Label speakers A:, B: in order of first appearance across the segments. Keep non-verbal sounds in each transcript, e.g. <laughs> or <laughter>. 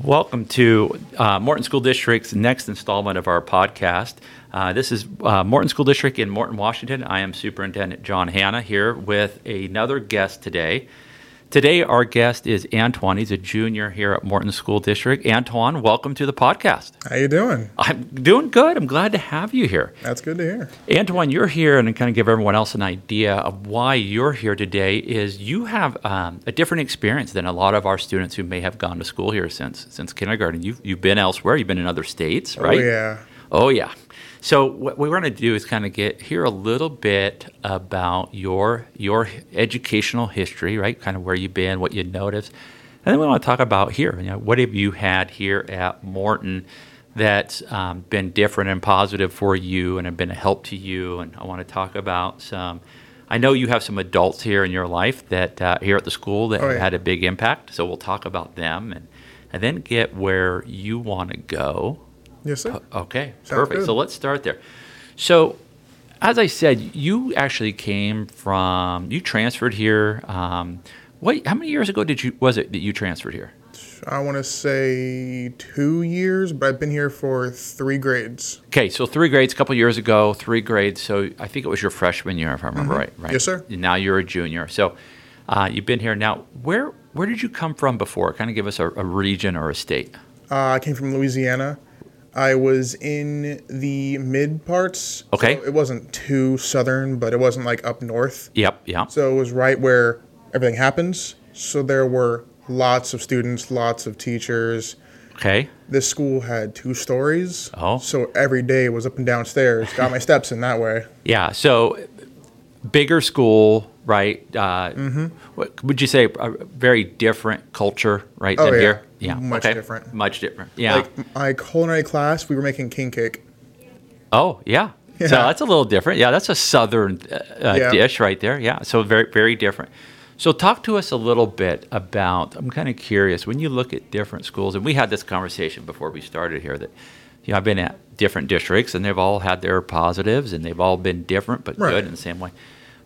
A: Welcome to uh, Morton School District's next installment of our podcast. Uh, this is uh, Morton School District in Morton, Washington. I am Superintendent John Hanna here with another guest today. Today, our guest is Antoine. He's a junior here at Morton School District. Antoine, welcome to the podcast.
B: How you doing?
A: I'm doing good. I'm glad to have you here.
B: That's good to hear.
A: Antoine, you're here, and to kind of give everyone else an idea of why you're here today is you have um, a different experience than a lot of our students who may have gone to school here since since kindergarten. You've you've been elsewhere. You've been in other states, right?
B: Oh yeah.
A: Oh yeah. So what we want to do is kind of get hear a little bit about your your educational history, right? Kind of where you've been, what you noticed, and then we want to talk about here. You know, what have you had here at Morton that's um, been different and positive for you, and have been a help to you? And I want to talk about some. I know you have some adults here in your life that uh, here at the school that
B: Oh,
A: have
B: yeah.
A: had a big impact. So we'll talk about them and and then get where you want to go
B: Yes, sir.
A: Okay,
B: Sounds
A: perfect.
B: good.
A: So let's start there. So, as I said, you actually came from you transferred here. Um, what? How many years ago did you was it that you transferred here?
B: I want to say two years, but I've been here for three grades.
A: Okay, so three grades a couple years ago, three grades. So I think it was your freshman year, if I remember right. Right.
B: Mm-hmm. Yes, sir.
A: And now you're a junior. So uh, you've been here now. Where where did you come from before? Kind of give us a, a region or a state.
B: Uh, I came from Louisiana. I was in the mid parts.
A: Okay.
B: So it wasn't too southern, but it wasn't like up north.
A: Yep. Yeah.
B: So it was right where everything happens. So there were lots of students, lots of teachers.
A: Okay.
B: This school had two stories.
A: Oh.
B: So every day was up and downstairs. Got
A: <laughs>
B: my steps in that way.
A: Yeah. So bigger school, right? Uh,
B: Mm-hmm.
A: What would you say? A very different culture, right?
B: Oh,
A: than
B: yeah.
A: here? Yeah.
B: Much
A: okay.
B: different.
A: Much different. Yeah.
B: Like my culinary class, we were making king cake.
A: oh, yeah. So
B: Yeah.
A: that's a little different. Yeah, that's a southern uh, uh,
B: Yeah.
A: dish right there. Yeah. So very, very different. So talk to us a little bit about. I'm kind of curious when you look at different schools, and we had this conversation before we started here that. You know, I've been at different districts, and they've all had their positives, and they've all been different, but
B: Right.
A: good in the same way.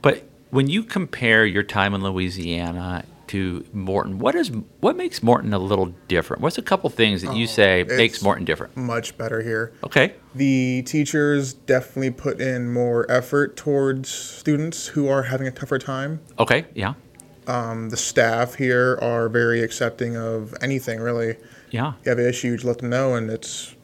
A: But when you compare your time in Louisiana to Morton, what is what makes Morton a little different? What's a couple things that you say makes
B: Oh, it's-
A: Morton different?
B: Much better here.
A: Okay.
B: The teachers definitely put in more effort towards students who are having a tougher time.
A: Okay. Yeah.
B: Um, the staff here are very accepting of anything, really.
A: Yeah.
B: You have an issue, you just let them know, and it's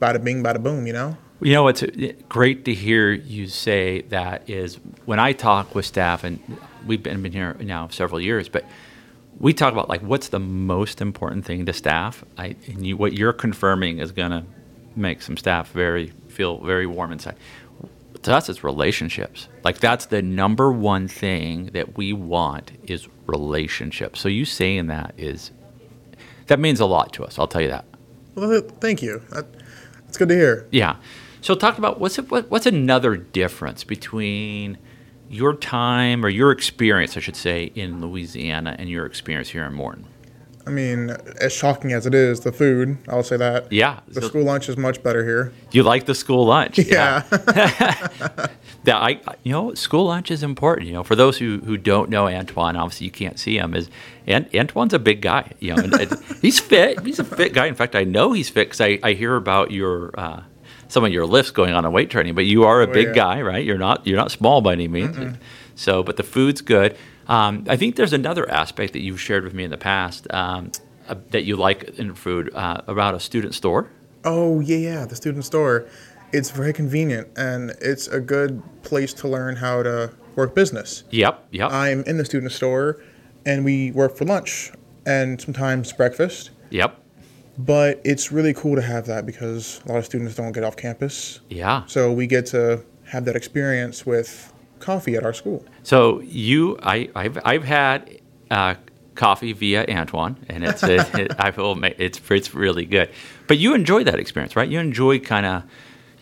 B: bada bing, bada boom, you know?
A: You know, it's uh, great to hear you say that. Is when I talk with staff, and we've been, been here now several years, but we talk about like what's the most important thing to staff. I and you, what you're confirming is gonna make some staff very feel very warm inside. To us, it's relationships. Like that's the number one thing that we want is relationships. So you saying that is that means a lot to us. I'll tell you that.
B: Well, th- thank you. That, that's good to hear.
A: Yeah. So talk about what's a, what, what's another difference between your time or your experience, I should say, in Louisiana and your experience here in Morton.
B: I mean, as shocking as it is, the food, I'll say that.
A: Yeah.
B: The
A: So
B: school lunch is much better here.
A: you like the school lunch?
B: Yeah.
A: <laughs> that I, you know, school lunch is important. You know, for those who, who don't know Antoine, obviously you can't see him. Is and Antoine's a big guy. You know, and, and <laughs> he's fit. He's a fit guy. In fact, I know he's fit because I, I hear about your uh, some of your lifts going on in weight training. But you are a
B: Oh,
A: big
B: yeah.
A: guy, right? You're not you're not small by any means. So, but the food's good. Um, I think there's another aspect that you've shared with me in the past um, uh, that you like in food uh, about a student store.
B: Oh yeah, yeah, the student store. It's very convenient and it's a good place to learn how to work business.
A: Yep, yep,
B: I'm in the student store and we work for lunch and sometimes breakfast,
A: yep,
B: but it's really cool to have that because a lot of students don't get off campus.
A: yeah.
B: So we get to have that experience with coffee at our school.
A: So you, I, I've, I've had uh, coffee via Antoine, and it's it, it, I feel ma- it's it's really good. But you enjoy that experience, right? You enjoy kind of,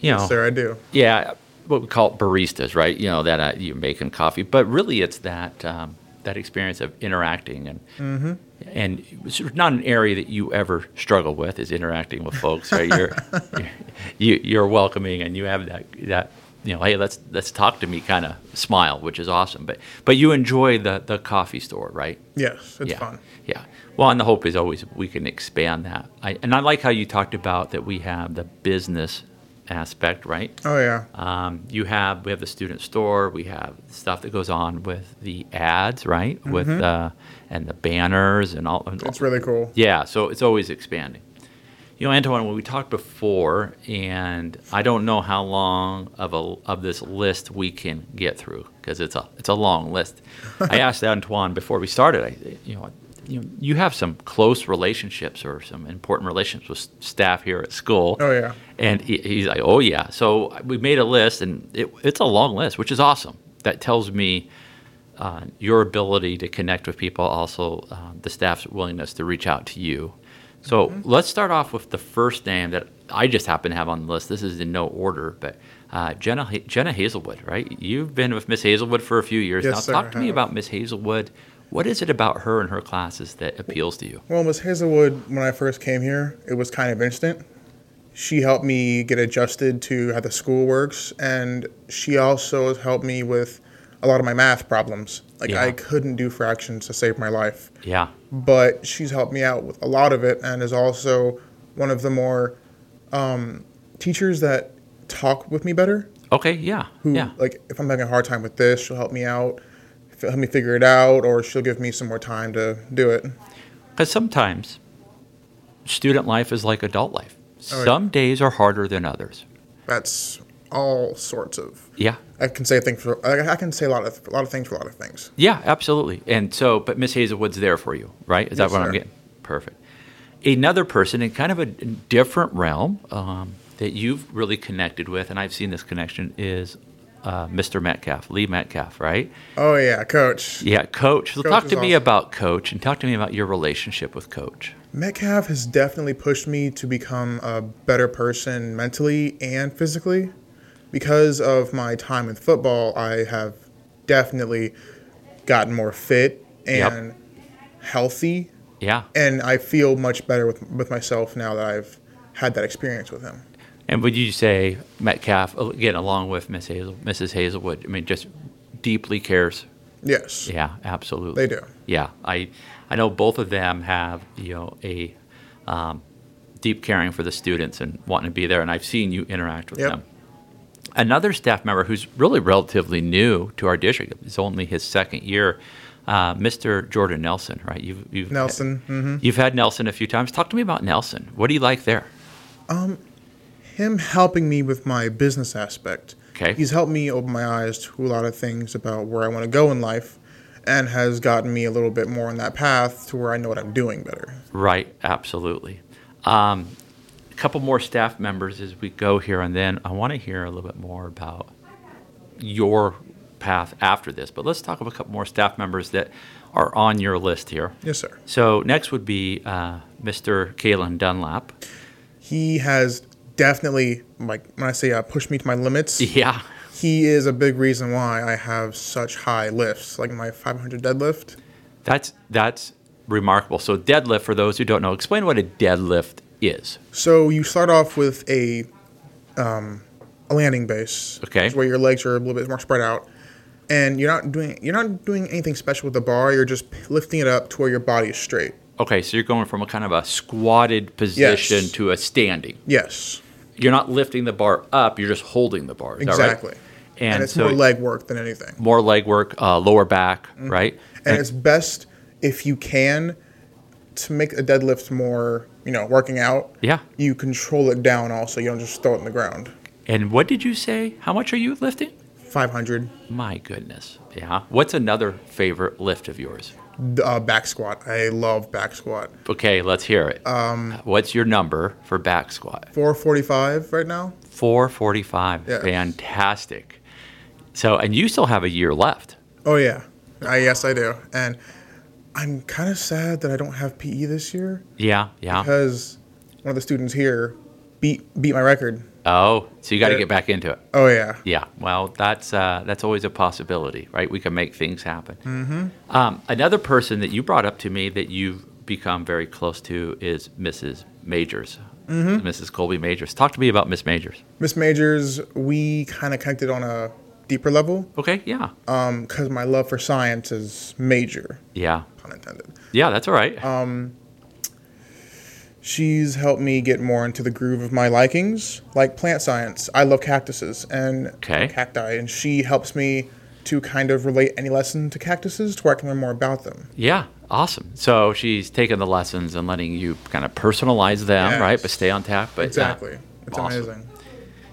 A: you know,
B: Sir, I do.
A: yeah, what we call baristas, right? You know that uh, you're making coffee, but really it's that um, that experience of interacting and.
B: Mm-hmm.
A: And it's not an area that you ever struggle <laughs> with is interacting with folks, right? You're, you're, you- you're welcoming and you have that, that you know, hey, let's let's talk to me kind of smile, which is awesome. But but you enjoy the the coffee store, right?
B: Yes, it's
A: yeah,
B: fun.
A: yeah. Well, and the hope is always we can expand that. I, and I like how you talked about that we have the business aspect, right?
B: Oh yeah,
A: Um, you have we have the student store. We have stuff that goes on with the ads, right? With
B: Mm-hmm.
A: uh, and the banners and all. and
B: it's really cool.
A: yeah, so it's always expanding. You know, Antoine, when we talked before, and I don't know how long of a of this list we can get through because it's a it's a long list.
B: <laughs>
A: I asked Antoine before we started. I, you know, you know, you have some close relationships or some important relationships with staff here at school.
B: Oh yeah,
A: And he, he's like, "Oh yeah." So we made a list, and it, it's a long list, which is awesome. That tells me uh, your ability to connect with people, also uh, the staff's willingness to reach out to you. So
B: Mm-hmm.
A: let's start off with the first name that I just happen to have on the list. This is in no order, but uh, Jenna Ha- Jenna Hazelwood, right? You've been with Miss Hazelwood for a few years
B: Yes,
A: now.
B: sir,
A: Talk to
B: I
A: me
B: have.
A: about Miss Hazelwood. What is it about her and her classes that appeals to you?
B: Well, Miss Hazelwood, when I first came here, it was kind of instant. She helped me get adjusted to how the school works, and she also helped me with a lot of my math problems. Like
A: Yeah.
B: I couldn't do fractions to save my life,
A: Yeah,
B: but she's helped me out with a lot of it, and is also one of the more um, teachers that talk with me better.
A: okay, yeah,
B: Who,
A: yeah,
B: Like if I'm having a hard time with this, she'll help me out, f- help me figure it out, or she'll give me some more time to do it.
A: Because sometimes student life is like adult life.
B: Oh, yeah.
A: Some days are harder than others.
B: That's all sorts of
A: Yeah.
B: I can say things for I I can say a lot of a lot of things for a lot of things.
A: Yeah, absolutely. And so, but Miss Hazelwood's there for you, right? Is that
B: Yes,
A: what I'm
B: sir.
A: getting? Perfect. Another person in kind of a different realm um, that you've really connected with, and I've seen this connection, is uh, Mr. Metcalf, Lee Metcalf, right?
B: Oh yeah, coach.
A: Yeah, Coach. So
B: Coach
A: talk
B: is
A: to me
B: awesome.
A: about Coach and talk to me about your relationship with Coach.
B: Metcalf has definitely pushed me to become a better person mentally and physically. Because of my time in football, I have definitely gotten more fit
A: Yep.
B: and healthy
A: Yeah.
B: and I feel much better with with myself now that I've had that experience with him.
A: And would you say Metcalf uh, again, along with Miss Hazel, Mrs. Hazelwood? I mean, just deeply cares.
B: Yes.
A: Yeah, absolutely.
B: They do.
A: Yeah, I I know both of them have you know a um, deep caring for the students and wanting to be there, and I've seen you interact with
B: Yep.
A: them. Another staff member who's really relatively new to our district, it's only his second year, uh, Mr. Jordan Nelson, right? You've, you've
B: Nelson, mhm.
A: You've had Nelson a few times. Talk to me about Nelson. What do you like there?
B: him helping me with my business aspect.
A: Okay.
B: He's helped me open my eyes to a lot of things about where I want to go in life and has gotten me a little bit more on that path to where I know what I'm doing better.
A: Right, absolutely. Um, a couple more staff members as we go here, and then I want to hear a little bit more about your path after this. But let's talk about a couple more staff members that are on your list here.
B: Yes, sir.
A: So next would be uh, Mr. Kalen Dunlap.
B: He has definitely, like, when I say uh, pushed me to my limits,
A: <laughs> Yeah,
B: he is a big reason why I have such high lifts, like my 500 deadlift.
A: that's that's remarkable. So deadlift, for those who don't know, explain what a deadlift is.
B: So you start off with a, um, a landing base.
A: Okay.
B: It's where your legs are a little bit more spread out, and you're not doing you're not doing anything special with the bar. You're just lifting it up to where your body is straight.
A: Okay, so you're going from a kind of a squatted position
B: Yes.
A: to a standing.
B: Yes,
A: you're not lifting the bar up, you're just holding the bar. Is that right?
B: exactly.
A: And,
B: And, it's
A: so
B: more leg work than anything.
A: more leg work, uh, lower back, right?
B: And it's best if you can to make a deadlift more you know working out.
A: yeah.
B: You control it down also. You don't just throw it in the ground.
A: And what did you say? How much are you lifting?
B: Five hundred
A: My goodness. Yeah. What's another favorite lift of yours?
B: uh, back squat. I love back squat.
A: Okay, let's hear it. Um, What's your number for back squat?
B: Four forty five right now.
A: 445.
B: Yes.
A: Fantastic. So, and you still have a year left.
B: Oh yeah, I, yes I do, and I'm kind of sad that I don't have PE this year
A: Yeah, yeah.
B: because one of the students here beat beat my record.
A: Oh, so you got to
B: Yeah.
A: get back into it.
B: Oh yeah,
A: Yeah, well, that's uh, that's always a possibility, right? We can make things happen.
B: Mm-hmm.
A: Um, another person that you brought up to me that you've become very close to is Mrs. Majors.
B: Mm-hmm.
A: Mrs. Colby Majors. Talk to me about Miss Majors.
B: Miss Majors, we kind of connected on a deeper level
A: Okay, yeah,
B: because my love for science is major,
A: yeah,
B: pun intended.
A: yeah. That's all right.
B: Um, She's helped me get more into the groove of my likings, like plant science. I love cactuses and
A: Okay.
B: cacti, and she helps me to kind of relate any lesson to cactuses to where I can learn more about them.
A: yeah, awesome. So she's taking the lessons and letting you kind of personalize them,
B: Yes.
A: right? But stay on tap. But yeah.
B: Exactly. It's
A: Awesome.
B: amazing.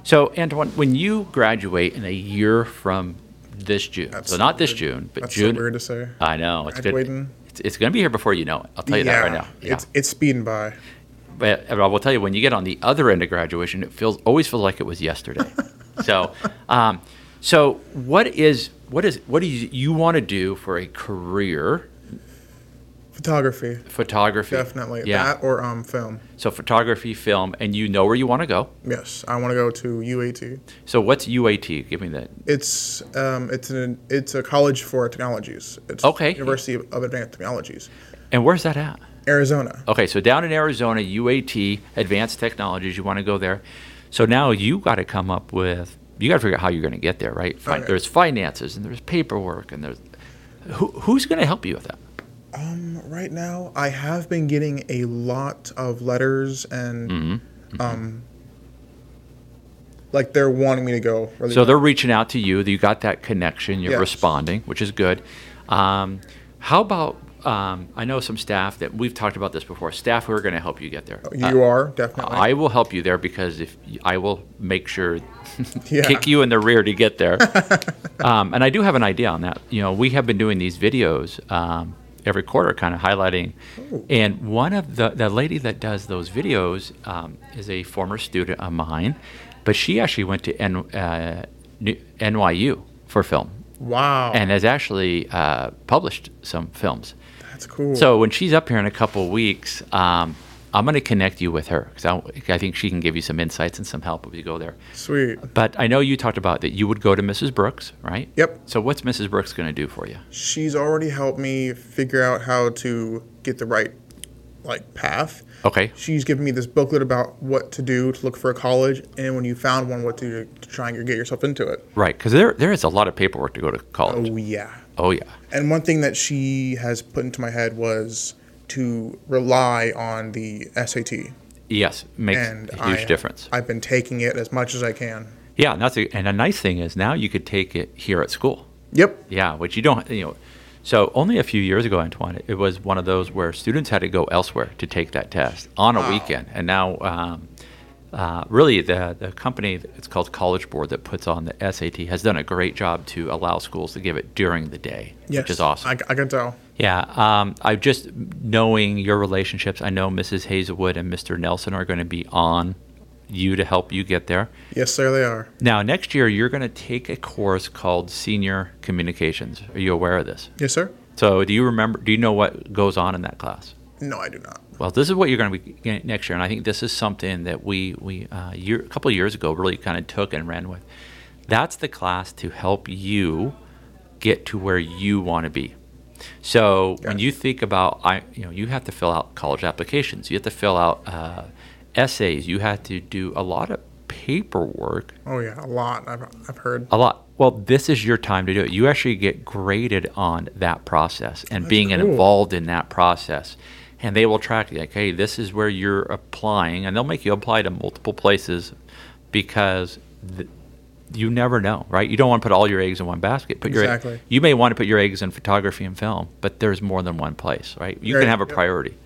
A: So, Antoine, when you graduate in a year from this June, so
B: That's
A: not this
B: weird.
A: June, but
B: That's so
A: June.
B: weird to say.
A: I know it's good.
B: Graduating.
A: It's, it's going to be here before you know it. I'll tell you that right now. Yeah.
B: It's, it's speeding by.
A: but I will tell you when you get on the other end of graduation, it feels always feels like it was
B: <laughs>
A: yesterday. so, um, so what is what is what do you, you want to do for a career?
B: Photography,
A: Photography,
B: definitely.
A: Yeah.
B: That or um, film.
A: So photography, film, and you know where you want to go.
B: Yes, I want to go to UAT.
A: So what's UAT? Give me that.
B: It's um, it's an it's a college for technologies. It's
A: Okay.
B: University of Advanced Technologies,
A: And where's that at?
B: Arizona.
A: Okay, so down in Arizona, UAT, Advanced Technologies, you want to go there. So now you got to come up with, you got to figure out how you're going to get there, right? Fin-
B: Okay.
A: There's finances and there's paperwork and there's, who, who's going to help you with that?
B: Um, Right now, I have been getting a lot of letters and
A: Mm-hmm.
B: um, like they're wanting me to go. Really
A: So they're reaching out to you. You got that connection. You're
B: Yes.
A: responding, which is good. Um, how about, um, I know some staff that we've talked about this before, staff who are going to help you get there. Uh,
B: you are definitely.
A: I will help you there because if I will make sure
B: <laughs> Yeah.
A: kick you in the rear to get
B: <laughs>
A: there. um, and I do have an idea on that. You know, we have been doing these videos um, every quarter, kind of highlighting. And one of the the lady that does those videos um, is a former student of mine, but she actually went to N, uh, New- NYU for film
B: wow,
A: and has actually uh, published some films.
B: that's cool.
A: So when she's up here in a couple of weeks, um, I'm going to connect you with her because I, I think she can give you some insights and some help if you go there.
B: sweet.
A: But I know you talked about that you would go to Mrs. Brooks, right?
B: Yep.
A: So what's Mrs. Brooks going to do for you?
B: She's already helped me figure out how to get the right like path.
A: Okay.
B: She's given me this booklet about what to do to look for a college, and when you found one, what to do to try and get yourself into it.
A: Right, because there there is a lot of paperwork to go to college.
B: Oh yeah.
A: Oh, yeah.
B: And one thing that she has put into my head was to rely on the SAT.
A: Yes, makes
B: And
A: a
B: I-
A: huge difference.
B: I've been taking it as much as I can.
A: yeah, and that's a, and a nice thing is now you could take it here at school.
B: Yep.
A: Yeah, which you don't, you know. So only a few years ago, Antoine, it was one of those where students had to go elsewhere to take that test on a weekend, and now, um, uh, really, the the company it's called College Board that puts on the SAT has done a great job to allow schools to give it during the day,
B: Yes.
A: which is awesome.
B: I, I can tell.
A: yeah, um, I just knowing your relationships, I know Mrs. Hazelwood and Mr. Nelson are going to be on you to help you get there.
B: Yes, sir, they are.
A: Now, next year, you're going to take a course called Senior Communications. Are you aware of this?
B: Yes, sir.
A: So, do you remember? Do you know what goes on in that class?
B: No, I do not.
A: Well, this is what you're going to be getting next year, and I think this is something that we we uh, year, a couple of years ago really kind of took and ran with. That's the class to help you get to where you want to be. So when
B: it.
A: you think about, I you know you have to fill out college applications, you have to fill out uh, essays, you have to do a lot of paperwork
B: Oh yeah, a lot. I've I've heard.
A: a lot. Well, this is your time to do it. You actually get graded on that process and being
B: cool.
A: involved in that process. And they will track you like, hey, this is where you're applying. And they'll make you apply to multiple places because th- you never know, right? You don't want to put all your eggs in one basket. Put your e-,
B: Exactly.
A: You may want to put your eggs in photography and film, but there's more than one place, right? You
B: Right,
A: can have a
B: yep.
A: priority.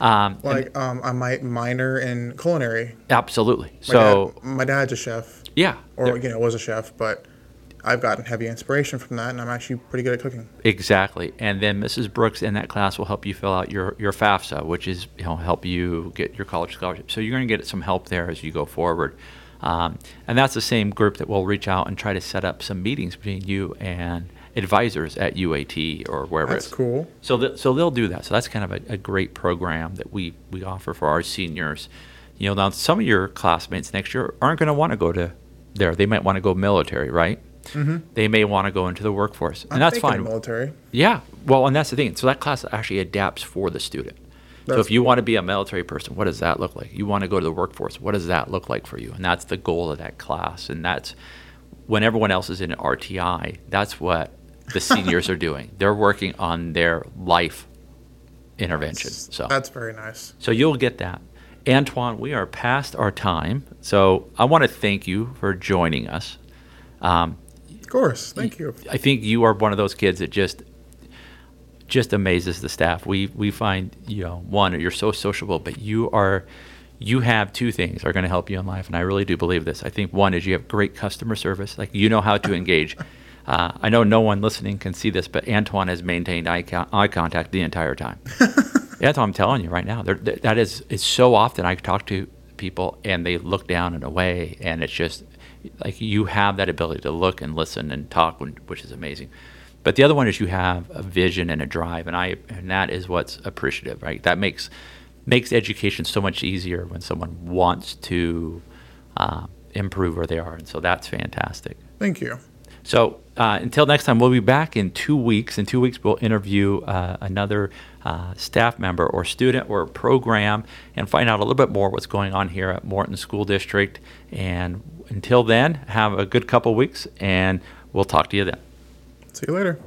A: Um,
B: Like um, I might minor in culinary.
A: absolutely.
B: My
A: so,
B: dad, my dad's a chef,
A: yeah.
B: or
A: there-
B: you know, was a chef, but I've gotten heavy inspiration from that, and I'm actually pretty good at cooking.
A: Exactly, and then Mrs. Brooks in that class will help you fill out your your FAFSA, which is you know help you get your college scholarship. So you're going to get some help there as you go forward, um, and that's the same group that will reach out and try to set up some meetings between you and advisors at UAT or wherever.
B: That's
A: it's.
B: cool.
A: So th- so they'll do that. So that's kind of a, a great program that we we offer for our seniors. You know, now some of your classmates next year aren't going to want to go to there. They might want to go military, right? Mm-hmm. They may want to go into the workforce, and
B: I'm
A: that's
B: thinking
A: fine.
B: Military.
A: Yeah. Well, and that's the thing. So that class actually adapts for the student. so if you want to be a military person, what does that look like? You want to go to the workforce, what does that look like for you? And that's the goal of that class. And that's when everyone else is in RTI, that's what
B: <laughs>
A: the seniors are doing. They're working on their life intervention. So
B: That's very nice.
A: so you'll get that. Antoine, we are past our time. So I want to thank you for joining us. Um,
B: Of course. Thank you.
A: I think you are one of those kids that just just amazes the staff. We we find you know one you're so sociable, but you are you have two things are going to help you in life, and I really do believe this. I think one is you have great customer service, like you know how to
B: <laughs>
A: engage. Uh, I know no one listening can see this, but Antoine has maintained eye, con- eye contact the entire
B: <laughs>
A: time. That's what I'm telling you right now. There, th- that is, it's so often I talk to people and they look down and away, and it's just like you have that ability to look and listen and talk, when- which is amazing. But the other one is you have a vision and a drive, and I, and that is what's appreciative, right? That makes makes education so much easier when someone wants to uh, improve where they are, and so that's fantastic.
B: Thank you.
A: So uh, until next time, we'll be back in two weeks. In two weeks, we'll interview uh, another uh, staff member or student or program and find out a little bit more what's going on here at Morton School District. And until then, have a good couple weeks, and we'll talk to you then.
B: See you later.